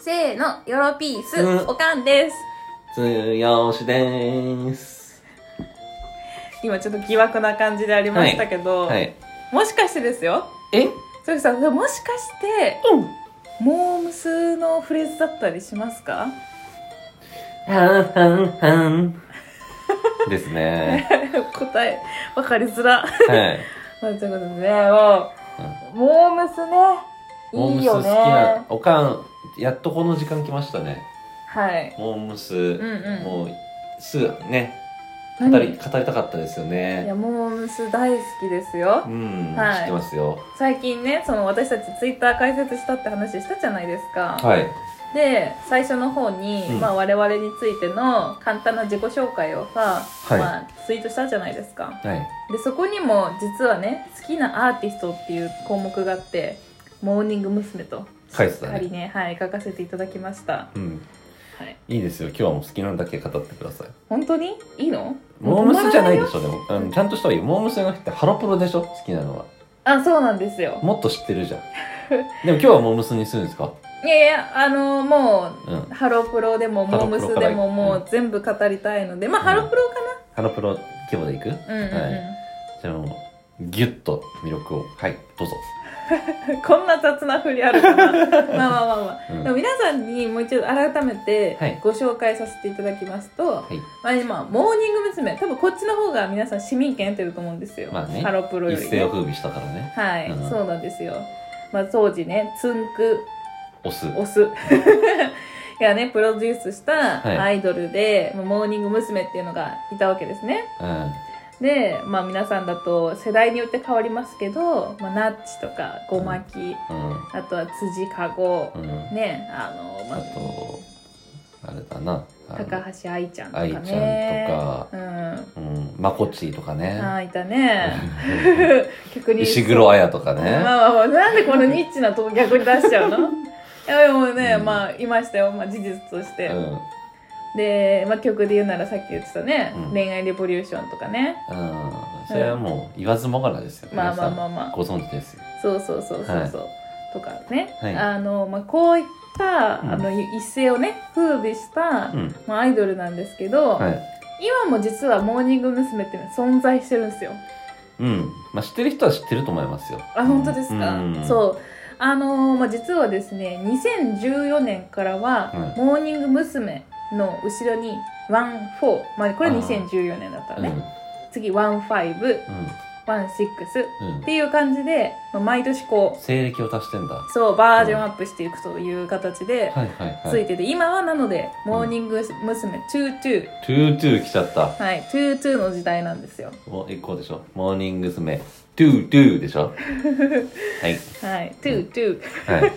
せーの、ヨロピース、うんおかんです。つよしでーす。今ちょっと疑惑な感じでありましたけど、はい。もしかしてですよ、えうん。それさん、もしかして、モームスのフレーズだったりしますか はんはんはん。です ね。答え、わかりづら。はい。まあ、ということでね、もう、モームスモーね、いムいス好よきなね。、おかん、やっとこの時間来ましたね。はい。モームス、んうんもう、す、ね、語何り、語りたかったですよいね。や、モームス大好きですよう。ん、はい知ってますよ。最近ね、その私たちツイッター開設したって話したじゃないですか。はい。で、最初の方に、うんまあ我々についての簡単な自己紹介をさ、はいまあツイートしたじゃないですか。はい。で、そこにも実はね、好きなアーティストっていう項目があって、モーニング娘。と、書いてたやはりね。ね、はい、書かせていただきました。うん。はい。いいですよ。今日はもう好きなだけ語ってください。本当にいいのモームスじゃないでょしょ、でも。うん、ちゃんとした方がいい。モームスじゃなくて、ハロプロでしょ好きなのは。あ、そうなんですよ。もっと知ってるじゃん。でも今日はモームスにするんですかいやいや、あのもう、うん。ハロプロでも、モームスでも、ハもロプロからう全部語りたいので、まあ、うんハロプロかハロプロ規模でいくな。うんうんうん。はい。じゃあもう、ギュッと魅力を。はい、どうぞ。こんな雑な振りあるか な。まあまあまあまあ。うんでも皆さんにもう一度改めはいてご紹介させていただきますと、はい。まあ今、モーニング娘。多分こっちの方が皆さん市民権得てると思うんですよ。まあねハロプロよ一り、世ねを。風靡したからね。はい、うんそうなんですよ。まあ当時ね、つんく、オス。オス。 がね、プロデュースしたはいアイドルで、まあモーニング娘。っていうのがいたわけですね。うん。で、まあ皆さんだと世代によって変わりますけど、まあナッチとか、ゴマキ、うあとは辻かご、ん。うん。ね、あの、まああ、と、あれだな。あの高橋愛ちゃんとか愛ね。ちゃんとうか、ん。うん、まこっちーとかあね。あ、いた ね。逆に。石黒彩とかね。まあまあまあ、なんでこのニッチなとこ逆に出しちゃう のいやでもね、うんまあ、いましたよ。まあ、事実として。うん。で、まあ、曲で言うならさっき言ってたね、うん恋愛レボリューションとかね。うんそれはもう言わずもがなですよ。まあまあまあ皆まさんあ。ご存知ですよ。そうそうそうそうそう。はいとかね。はいあの、まあ、こういった、うんあの、一世をね、風靡した、うん。まあ、アイドルなんですけど、はい。今も実はモーニング娘。っていうのは存在してるんですよ。うん。まあ知ってる人は知ってると思いますよ。あ、本当ですか、うんそう。あのーまあ、実はですね、2014年からは、はいモーニング娘。の後ろに、ワン、フォー。まあ、これあー2014年だったうらん。うね。次、ワン、ファイブ、ん。ワン、シックス。っうん。ていう感じで、まあ、毎年こ西暦を足してんだ。はう、そう、バージョンアップしていくという形で、いはいはついい。てて、今はなので、モーニング娘。トゥートゥー。トゥートゥー来ちゃった。はい、トゥートゥーの時代なんですよ。もう一個でしょ。モーニング娘。トゥートゥーで しょ。はい。はい、トゥートゥー。はい。はい。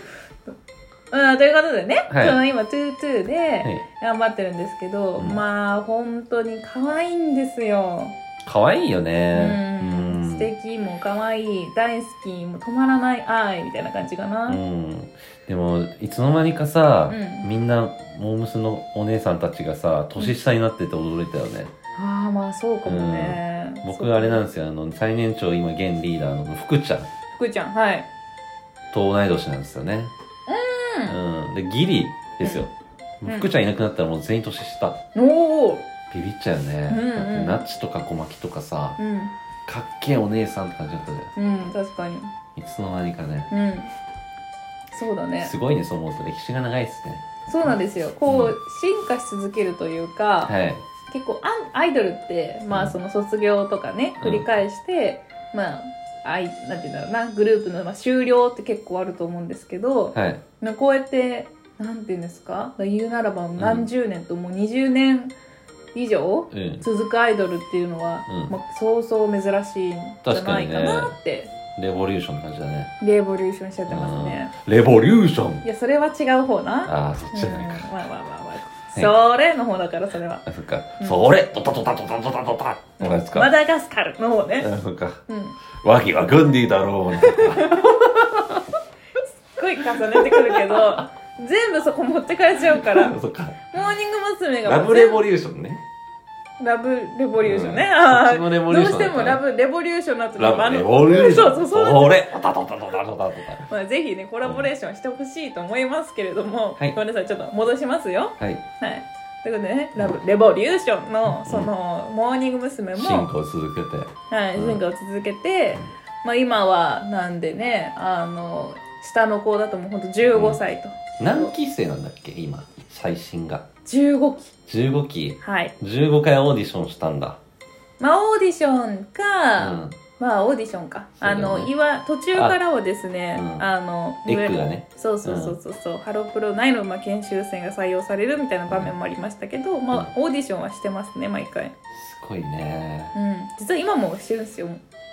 うん、ということでね、はいその今、トゥートゥーで頑張ってるんですけど、うんまあ、本当に可愛いんですよ。可愛いようね。ん。素敵も可愛い、大好き、もう止まらない愛みたいな感じかな。ううん。ん。でも、いつの間にかさう、んみんな、モームスのお姉さんたちがさ、年下になってて驚いたよね。ああ、まあ、そうかもね。僕あれなんすですよあの最年長今現リーダーの福ちゃん福ちゃん、はい。と同い年なんですよねうん、でギリですよ、うん福ちゃんいなくなったらもう全員年下おービビっちゃうよね、うんうんだってナッチとか小牧とかさうん。かっけえお姉さんって感じだったじゃんうん、確かに。いつの間にかねうん。そうだねす。ごいねそう思うと歴史が長いですねそうなんですよ。こうう、進化し続けるというか、はい結構アンアイドルって、まうあ、んその卒業とかね、うん繰り返して、まああいなんて言うんだろうなグループの、まあ、終了って結構あると思うんですけど、はいまあこうやってなんて言うんですか言うならば何十年ともう20年以上うん続くアイドルっていうのは、うんまあ、そうそう珍しいんじゃないかなって、レボリューションって感じだねレボリューションしちゃってますね。レボリューションいやそれは違う方な。ああそっうんちじゃないか、まあまあまあまあ。いそれの方だからそれは。あそっか、うんそれドタドタドタドタドタってやつか、マダガスカルの方ね。あそっかうん。わけわかんねえだろすっごい重ねてくるけ ど全部そこ持ってかれちゃうからモうそっかーニング娘。がラブレボリューションねラブレボリューションね、うんあそーっちのレボどリュうーシしョてンだったもラねブレボリューションになってラあブのレボリューショそうンそうそうなんです俺タタタタタタタタタまあ、ぜひねコラボレーションしてほしいと思いますけれども、はいごめんなさいちょっと戻しますよははいいということでね「ラブレボリューションの」その、モーニング娘。も進行続けてはい、う進ん化を続けて、まあ、今はなんでねあの下の子だともうほんと15歳と、何期生なんだっけ今最新が15期15期はい15回オーディションしたんだまあオーディションうか、んまあオーディションか、そうあだねのいわ途中からはですねあうんあ,、のエッグがねそうそうそうそうそう、ハロプロ内のまあ研修生が採用されるみたいな場面もありましたけど、まあオーディションはしてますね毎回すごいねうん実は今もしてるんですよオ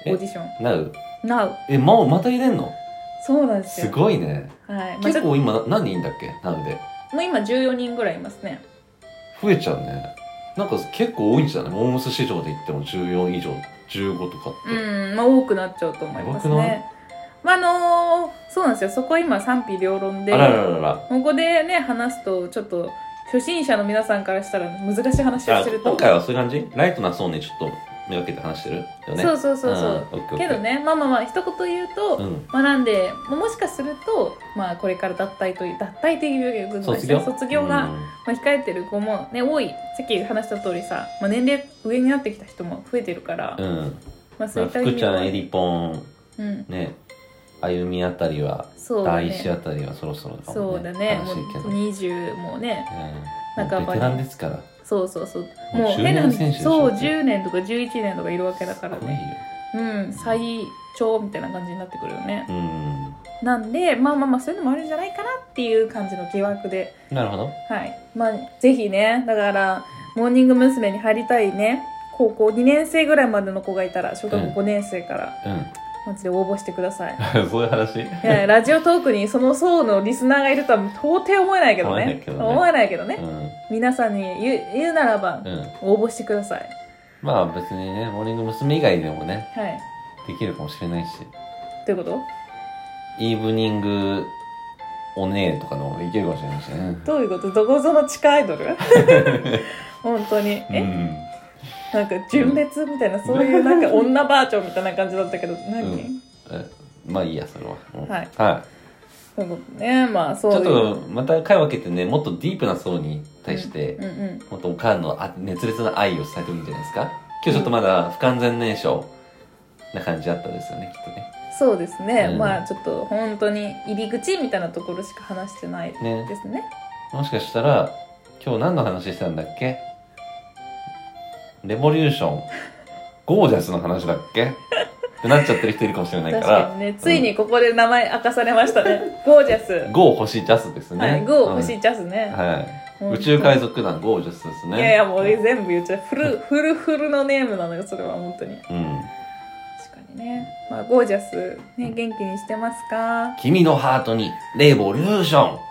えーディションなう Now えもうまた入れんのそうなんですよすごいねはい、まあ、ち結ょっとも構今何人いんだっけなんでう今14人ぐらいいますね増えちゃうねなんか結構多いんじゃないモームス市場で言っても14以上15とかって、うん、まあ、多くなっちゃうと思います多くなね。まあ、あのーそうなんですよ。そこは今賛否両論で、あらららららここでね、話すと、ちょっと、初心者の皆さんからしたら難しい話をあすると。今回はそういう感じライトな層にちょっと目がけて話してるよねそううそうそうそう。んオッケーオッケーけどね、まあまあまあ、一言言うと、うんまあなんで、まあもしかすると、まあこれから脱退という、脱退という部分卒業卒業が、うんまあ、控えてる子もね、多い。さっき話した通りさ、まあ年齢上になってきた人も増えてるから、うんまあそまうあ、いった意味福でちゃはんエリポンうん。ね歩みあたりは、そうだ第ね。一あたりはそろそろかそもうだね。も悲しういけど、うん、 20もね、半ばにもうベテランですからそうそうそう。もうもう変な10年選手でしょそう、10年とか11年とかいるわけだかすらごいよね。うん、最長みたいな感じになってくるよね。うんなんで、まあまあまあ、そういうのもあるんじゃないかなっていう感じの疑惑で。なるほどはい。まあ、ぜひね、だから、モーニング娘。に入りたいね、高校2年生ぐらいまでの子がいたら、小学校5年生から、うマジで応募してくださ い。ん そういう話いやラジオトークにその層のリスナーがいるとは到底思えないけどね。思思ええないけどね。う皆さんに言う言うならばん、うん応募してくださいまあ別にねモーニング娘。以外でもねはいできるかもしれないしということイーブニングお姉とかの方がいけるかもしれないしねどういうことどこぞの地下アイド ル本当にうえ、んなんか純烈みたいなそういうなんか女バージョンみたいな感じだったけど何、うんえまあいいやそれは、うんはいはそういうことねまあい、そうちいょっうとまた回分けてねもっとディープな層に対して、うんうんもっとおかんのあ熱烈な愛を伝えてるんじゃないですか今日ちょっとまだ不完全燃焼な感じだったですよねきっとねそうですね、うんまあちょっと本当に入り口みたいなところしか話してないでねすねもしかしたら今日何の話してたんだっけレボリューションゴージャスの話だっけってなっちゃってる人いるかもしれないか確らかにねついにここで名前明かされましたね、ゴージャス、ゴー星ジャスですね、はい、ゴー星ジジャスねャ、ス、は本い、当宇宙海賊団ゴージャスですねいやいやもう全部言っちゃうフル フルフルのネームなのよそれは本当にうん確かにねまあゴージャスね元気にしてますか君のハートにレボリューション